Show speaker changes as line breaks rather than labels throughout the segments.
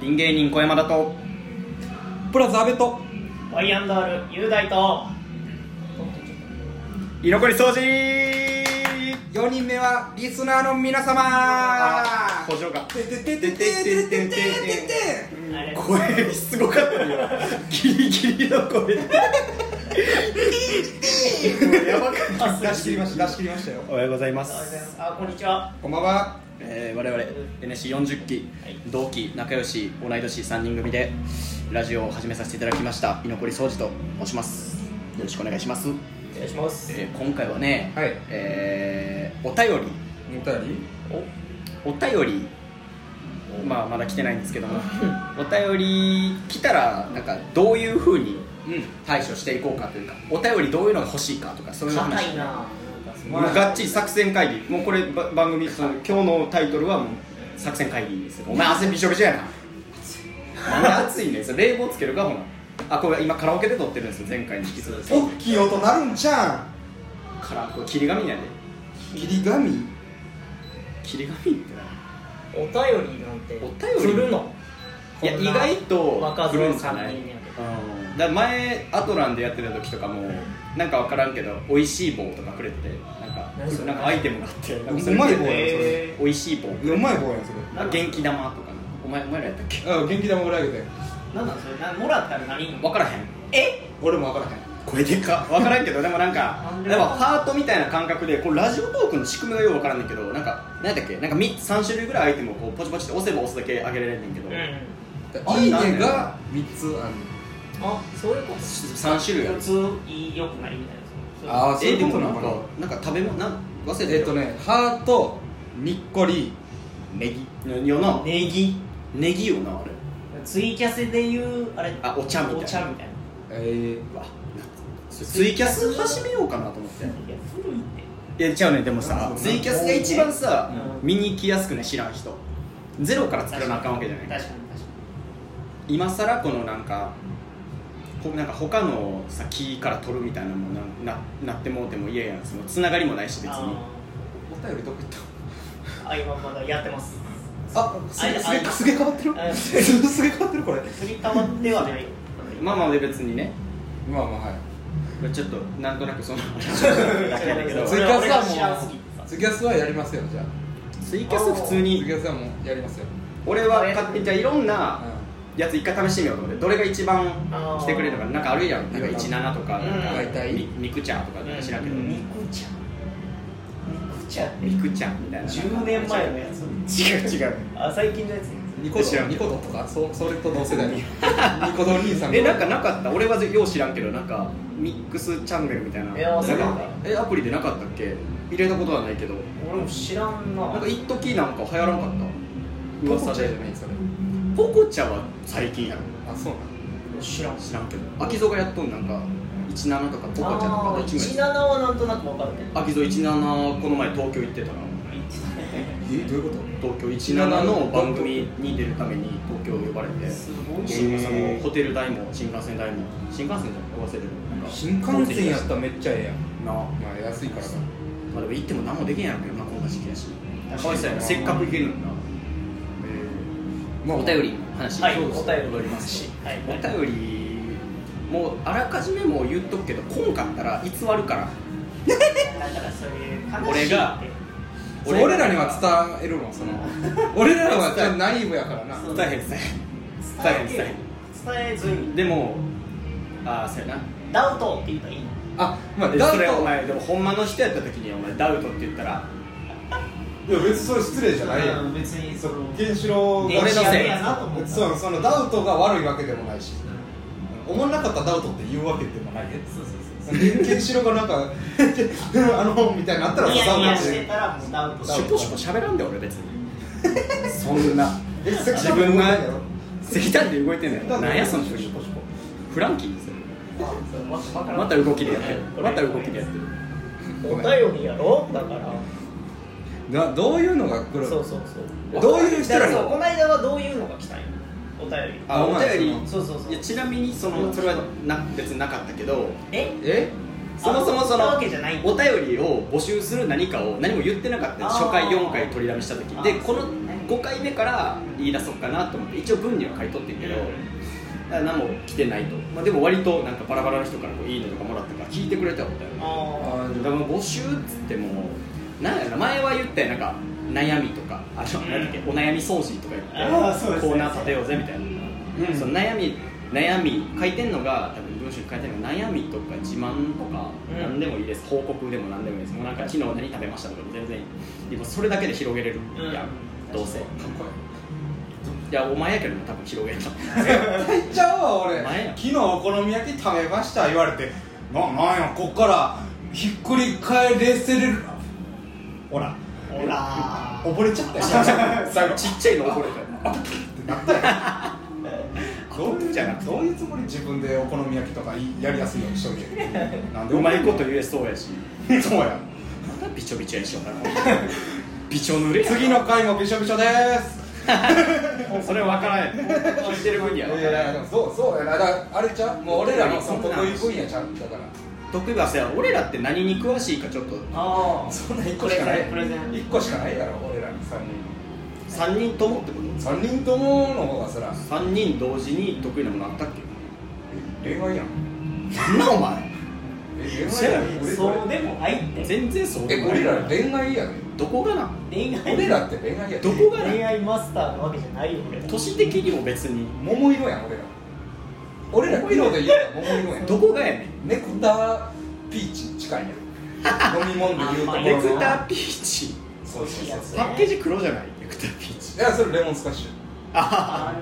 ピン芸人小山だと
プラザ阿部と
ワイアンドール雄大と
居残り掃除
4人目はリスナーの皆様
補助が
ててててててててて
あれ
声すごかったよギリギリの声やばかった
出し切りました出し切りましたよ
おはようございま、
おはようございますすあこんにちは
こんばんは
えー、我々 NSC40 期
はい
同期仲良し同い年3人組でラジオを始めさせていただきました居残り掃除と申しますよろしくお願いします、
お願いします
えー、今回はね、
はい
えー、お便り
お便り
お便りまあまだ来てないんですけどもお便り来たらなんかどういうふうに対処していこうかというかお便りどういうのが欲しいかとかそういう
硬
話
いななんかすごい
もうがっちり作戦会議もうこれば番組その今日のタイトルはもう作戦会議ですよお前汗びしょびしょやななんで暑いねんそれ冷房つけるかほなあこれ今カラオケで撮ってるんですよ前回に引き続き
大きい音なるんじゃん
カラこれ霧紙やで
切り紙
霧紙ってな
お便りなんて
お便り
来るの
いや
こ
意
んな
外と
若
来る
造
んじゃ
三
ない
人やけ
うんだから前アトランでやってた時とかもなんか分からんけど美味しい棒とかくれててなんか
何それ
なんかアイテムがあってなんか
うまい棒
で
やなそれ
え
美味しい棒
うまい方やんそ
あ元気玉とかなお前お前らやったっけ
れうん元気玉ぐらいあげて
ーなんだそれなもらったら何
分からへん
え
俺も分からへん
声でか分からんけどでもなん
な
か
んで
でもハートみたいな感覚でこうラジオトークの仕組みがよう分からんねんけどなんか何やったっけなんか3種類ぐらいアイテムをこうポチポチって押せば押すだけ上げられんねんけど、
うん
あ
いい
なん
ね
で
が3つある
あそういうこ
3種類あ
と
る
普通いい良くないみたいなそう
あーそう
え
い
で
うことな
もな
んの
か
かな
なんか食べ物なん忘れて
えっとねハートにっこりネギ
ねよな
ネギ
ネギよなあれ
ツイキャスで言うあれ
あお茶みたいな
お茶みたいな
えー
うわツイキャス始めようかなと思って
いや古いって
いや違うねでも
う
さ
ん
ツイキャスが一番さ
うん
見に来やすくね知らん人ゼロから作らなあかんわけじゃない
確かに確か
今さらこのなんかこうなんか他のさ木から取るみたいなのもなななってもうても嫌やんそのつながりもないし
に
別に
あ
お便りどこ行った
ーあ今まだやって ます
あすげ
あ
すげ
あ
すげ変わってる
あ
すげすげ変わってるこれ
振りたまってはない
まあまあで別にね
まあまあはい
ちょっとなんとなくその
だ
話
けだけど
ツイキャス
俺が知らんすぎて
はも
さ
うツイキャスはやりますよじゃあ
ツイキャス普通
ツイキ
に
ャスはもうやりますよ
俺は勝手にじゃあいろん
う
なんやつ一回試してみようと思ってどれが一番来てくれるのか
あー
なんかあるやんなんか17とか
うん
なん
大
か
体
みみくちゃんとか知らんけど
うん
み
ミクちゃんミクちゃん
みくちゃんみたいな
10年前のや つ
違う違う
あ最近のやつ
ニコ
知ら
ド
ん
ニコ動とかそそれと同世代の ニコ動兄さん
えなんかなかった俺はよう知らんけどなんかミックスチャンネルみたいない
や
なん
そうなん
か
だ
えアプリでなかったっけ入れたことはないけど
俺も知らんな
なんか一時なんか流行らなかった噂
噂じゃ
で
ないそれ
ポコチャは最近やろ
あそう
知らん
知らんけど秋蔵がやっとんなんか17とかポコチャと
あ
かどっ
ー
ちもやっ
17
て
はなんとなく分かるけど
秋蔵17この前東京行ってたな
なんえどういうこ
東京17の番組に出るために東京呼ばれて
すごい
その
へ
そ
ー
のホテル代も新幹線代も新幹線代も忘れてるなん
と
か
新幹線やったらめっちゃええやん
なあ
まあ安いからな
まあでも行っても何もできんやろうけどなこんな時期やし
確
かわい
かに
そうやなせっかく行けるのにな
まあ
お便りの話
はい
そう
お
です
便り
戻
お
り
り
ま
ますす
し
はい
お便りもうあらかじめもう言っとくけど来んかったら偽るから
だからそれ悲
俺
しいって
が
そう俺らには伝えるもんその俺らはちょっとナイーブやからな
そう
伝えへん伝
伝
えへん伝えへん伝
え伝えず
えへん
に
でもああそうやな
ダウトって言ったらいいの
あまあ
え
ダウ
そ
トい
れお
や
前でもほんまの人やった時にお前ダウトって言ったら
いや別にそれ失礼じゃないやん
うん別にその
ケンシロウが
俺のせい
やなと思った
そうそのダウトが悪いわけでもないし思んなかったらダウトって言うわけでもないね
そうそうそう
ケンシロウがなんか あのみたいになったら
ニヤニヤ
ダウト
して
で
たらもうダウト
ダウ
シ
ト
ュポシュポ喋らんで俺 別にそんな
えセクシ
自
ャル
分
な
が
いよ
石炭で動いてんのよなんやその
シ
人
ュポシュポ
フランキーですよま
ま
た動きでやってるまた動きでやってる
お便りやろだから
などういうのが来
そう
る
そうそう
どういう人ら
だからそうこ
の
の間はどういうのが来たんよお便り
あお
お前
便り
そうそうそう
いやちなみにそのそれはな別になかったけど
え
え
そもそもその
あそういうわけじゃないんだ
お便りを募集する何かを何も言ってなかったんです
あー
初回4回取りだめした時
あ
で
ー
この
そうね
5回目から言い出そうかなと思って一応文には書いとってんけど
うん
だから何も来てないと、まあ、でも割となんかバラバラの人からこういいねとかもらったから聞いてくれたことある
あ
だからもう募集っつってもなんやろな前は言ったよなんか悩みとかあの、なんだっけお悩み掃除とか言って
あーそうですね
コーナー立てようぜみたいな、
うん
その悩み悩み書いてんのが多分文章に書いてるのが悩みとか自慢とか、
うん
何でもいいです報告でも何でもいいですもうなんか昨日何食べましたとかも全然いいでもそれだけで広げれる、
うん
いやどうせい
こ
やお前やけどな多分広げるの
入っちゃうわ俺
お前や
昨日お好み焼き食べました言われてななんやこっからひっくり返れせれるほら
ほら
溺れちゃった よ最 後
ちっちゃいの怒れたよな
なったよ どういう
じゃなくて
どういうつもり自分でお好み焼きとかいやりやすいようにしと けなん
うまいこと言えそうやし
そうや
またびちょびちょやしょ びちょ濡れや
次の回もびしょびしょでーす
それは分からん聞いてる分にはい
や
分
い
か
やい
ら
や
ん
でもそうそうやなだからあれちゃうもう俺らのその得意分野ちゃうだから
得意はさ俺らって何に詳しいかちょっと
ああ
そんな1個しかない
プレゼン
1個しかないやろ俺らに3
3人ともってこ
人3人ともの方がそら
と3人同時に得意なものあったっけ
恋愛やん
なんなお前
え
そ
恋
うや
愛やん
ろ
俺
そうでもないって
全然そうで
え
もない
俺ら恋愛やん
どこがな
恋愛
俺らって恋愛やん
どこが
恋
な
愛マスターなわけじゃないよ俺
年的にも別に
桃色やん俺ら俺ら色で言えば桃色やん
どこがやね
ネクタピーチに近 いやん飲み物で言うとこ
ん
ろ
ネ
の
クタピーチ
そうそうそう
パッケージ黒じゃないネクタピーチ
いやそれレモンスカッシュ
あ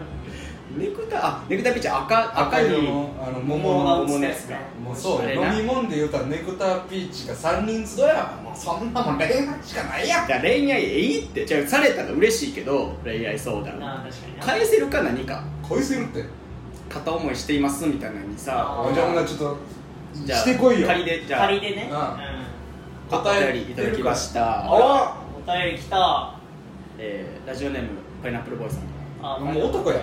ネクタあネクタピーチ赤赤い
色のあの桃
桃
の
が桃のやつが
もうそ
あ
う
れ
飲
な
み物で言うたらネクタピーチが3人集やもうそんなもん恋愛しかないやん
だから恋愛えいってじゃあされたら嬉しいけど恋愛相談
なあ確かにな
返せるか何か
恋するって
片思いしていますみたいなのにさ
あ
あじゃあほんならちょっと
じゃあ
してこいよ
仮でじゃあ
仮でね
あ
お便りいただきました
あ
うんお便り来た
えーラジオネームパイナップルボーイさんか
あ
もう男や、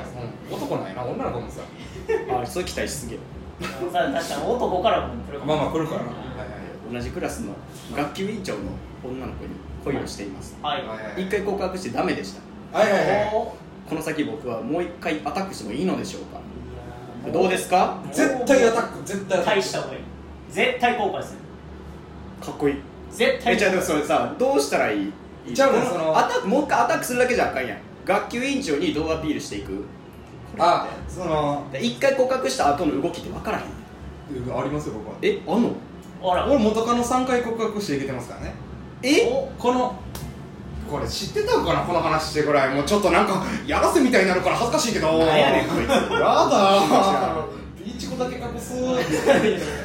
うん、男なんやな女の子もさ
らあーそれ期待しすぎる
うんさ確かに男からも来るか
ま
も
あまあ来るからな
はい
同じクラスの学級委員長の女の子に恋をしています
はい
はいはい
一回告白してダメでした
はいはいはいはい
この先僕はもう一回アタックしてもいいのでしょうか
いやー
どうですか
絶対アタック絶対アタッ
大
ク
した方がいい絶対後悔する
かっこいい
絶対
えじゃあでもそれさどうしたらいい
じゃあもう
この
その
アタックもう一回アタックするだけじゃあかんやん学級委員長にどうアピールしていく
あその
で一回告白した後の動きって分からへん
ありますよ僕は
えあんの
ほら
俺元カノ3回告白していけてますからね
え
おこのこれ知ってたのかなこの話してぐらいもうちょっとなんかやらせみたいになるから恥ずかしいけど
なんやねんこいつ
やだービーチコだけ隠す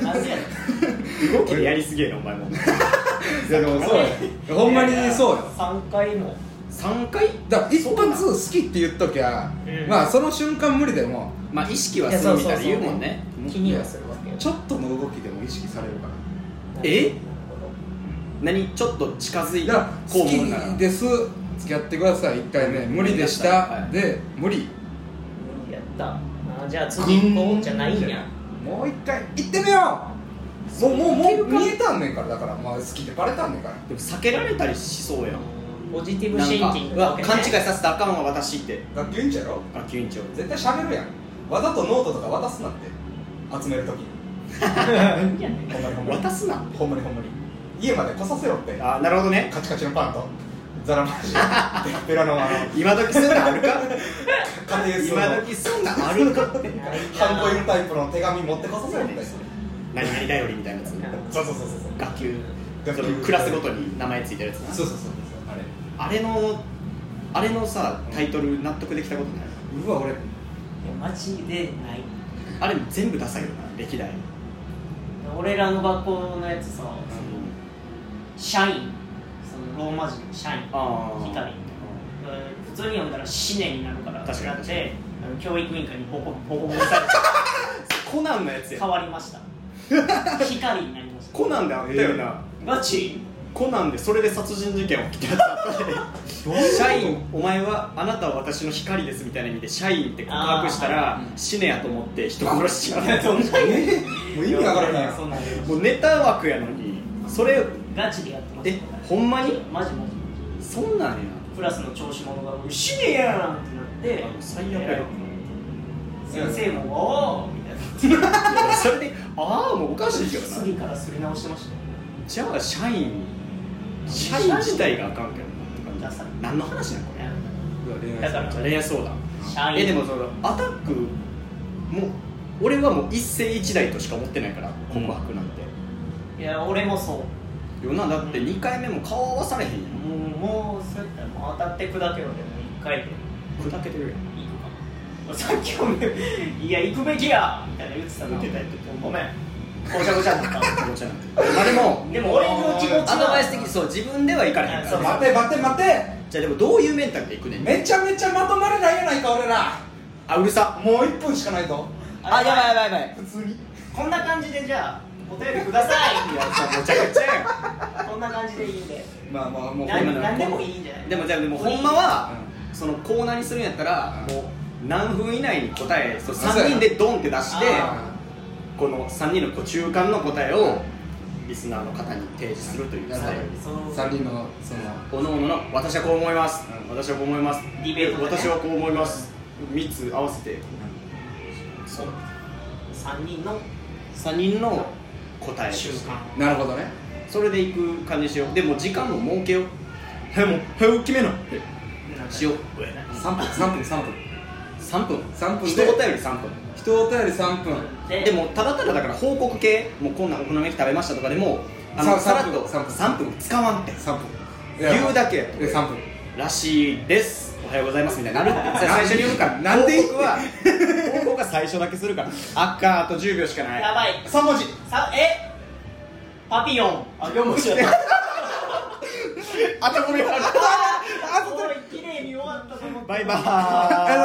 なんでやねん
動きでやりすぎやなお前も
いやでもそうやほんまにそうや
3回も
3回
だから一発好きって言っときゃ、
うん
まあその瞬間無理でも
まあ意識はするみたいな言うもんね
気にはするわけよ
ちょっとの動きでも意識されるから
え何ちょっと近づい
だ
た
から好
肛門なら
きです付き合ってください1回目無理でした、
はい
で無理
やったあじゃあ次行こうじゃないんや
もう一回行ってみようもうもうもう見えたんねんからだからまあ好きでバレたんねんから
でも避けられたりしそうやん
ポジティブ
なん
シン
か
キング
うわ勘違いさせたらあかんわ私って
学級委員長やろ
学級委員長
絶対喋るやんわざとノートとか渡すなんて集めるとき
いやね
ほんまにほんまに
渡すな
ほんまにほんまに家まで来させろって
あなるほどね
カチカチのパンとザラマシペラペラのあの
今時そんなんあるか
家庭用の
今時 そんなんあるかって
ハンコ印タイプの手紙持ってこさせろって
何々だよりみたいなやつ
そうそうそうそう
学級
学級
そのクラスごとに名前ついてるやつな
そうそうそうそうあ
あ
れ
れのあれのさタイトル納得できたことないう
わ俺
マジでない
あれ全部ダサいよな歴代
俺らの学校のやつさ社員そのローマ字の社員
あー
光普通に読んだら死ねになるから
確かに
だってあの教育委員会にボコボコボコにされ
コナンのやつ
て
や
変わりました光になりました
コナンであったよな、
ガチ
コナンでそれで殺人事件起きて た
どういうこと
社員お前はあなたは私の光ですみたいな意味で社員って告白したら死ねやと思って人殺しち ゃうと思って
もう意味わからない
そんなんで
もうネタ枠やのにそれ
ガチでやってます
えほんまに
マジマジマ
そんなんや
ジクラスの調子者が「死ねやん!」ってなって
最悪や
先生も「おお!」みたいな
それでああもうおかしいけどな
次からすり直してましたよ
じゃあ社員社員自体があかんけどなって感じ何の話なんこれ
だから
恋愛相談
社員
えでもそのアタックもう俺はもう一世一代としか思ってないから告白なんて、
いや俺もそう
よなだって2回目も顔合わされへんやん
もうもうそうやったらもう当たって砕けろでも1回で
砕けてるやん
行くかもさっきもね「いや行くべきや!」みたいな言ってたの
言ってた言って
ごめんごちゃごちゃになった
ごちゃなくてまあでも
でも俺の気持ちは
アドバイス的にそう自分ではいかれへんか
あ
ら
待て待て待て
じゃあでもどういうメンタルでいくねん
めちゃめちゃまとまれないやないか俺ら
あうるさ
もう1分しかないぞ
あやばいやばいやばい
普通に
こんな感じでじゃあお便りください
いやさごちゃごちゃやん
こんな感じでいいんで
まあまあ
ほ
もう
んまな
何でもいいんじゃない
でもじゃあでもほんまはそのコーナーにするんやったら
うん
もう何分以内に答えそう
そうやな
3人でドンって出して
あ
この3人のこう中間の答えをリスナーの方に提示するというスタイル
その
3人のその
おのおのの私はこう思います、
うん
私はこう思います
ディベートでね
私はこう思います3つ合わせて
そう3人の
3人の答え
瞬間
なるほどね
それでいく感じにしようでも時間も設けよう早も早く決めなしよう
3分3分3分
3分
3分
一
で
言より3分
人お便り3分
で
でもただただだから報告系もうこんなんお好み焼き食べましたとかでもあの
さ
さらっと
3分
3分使わんって
3分
言うだけや
で3分
らしいですおはようございますみたいに なるって最初に言うから
なんで
報告は報告は最初だけするから赤あと10秒しかない
やばい
3文字
さえパピヨンあ4文字だ
頭にある
すごい綺麗に終わったと思った
バイ
ありがとうございま
バー
し
イ
た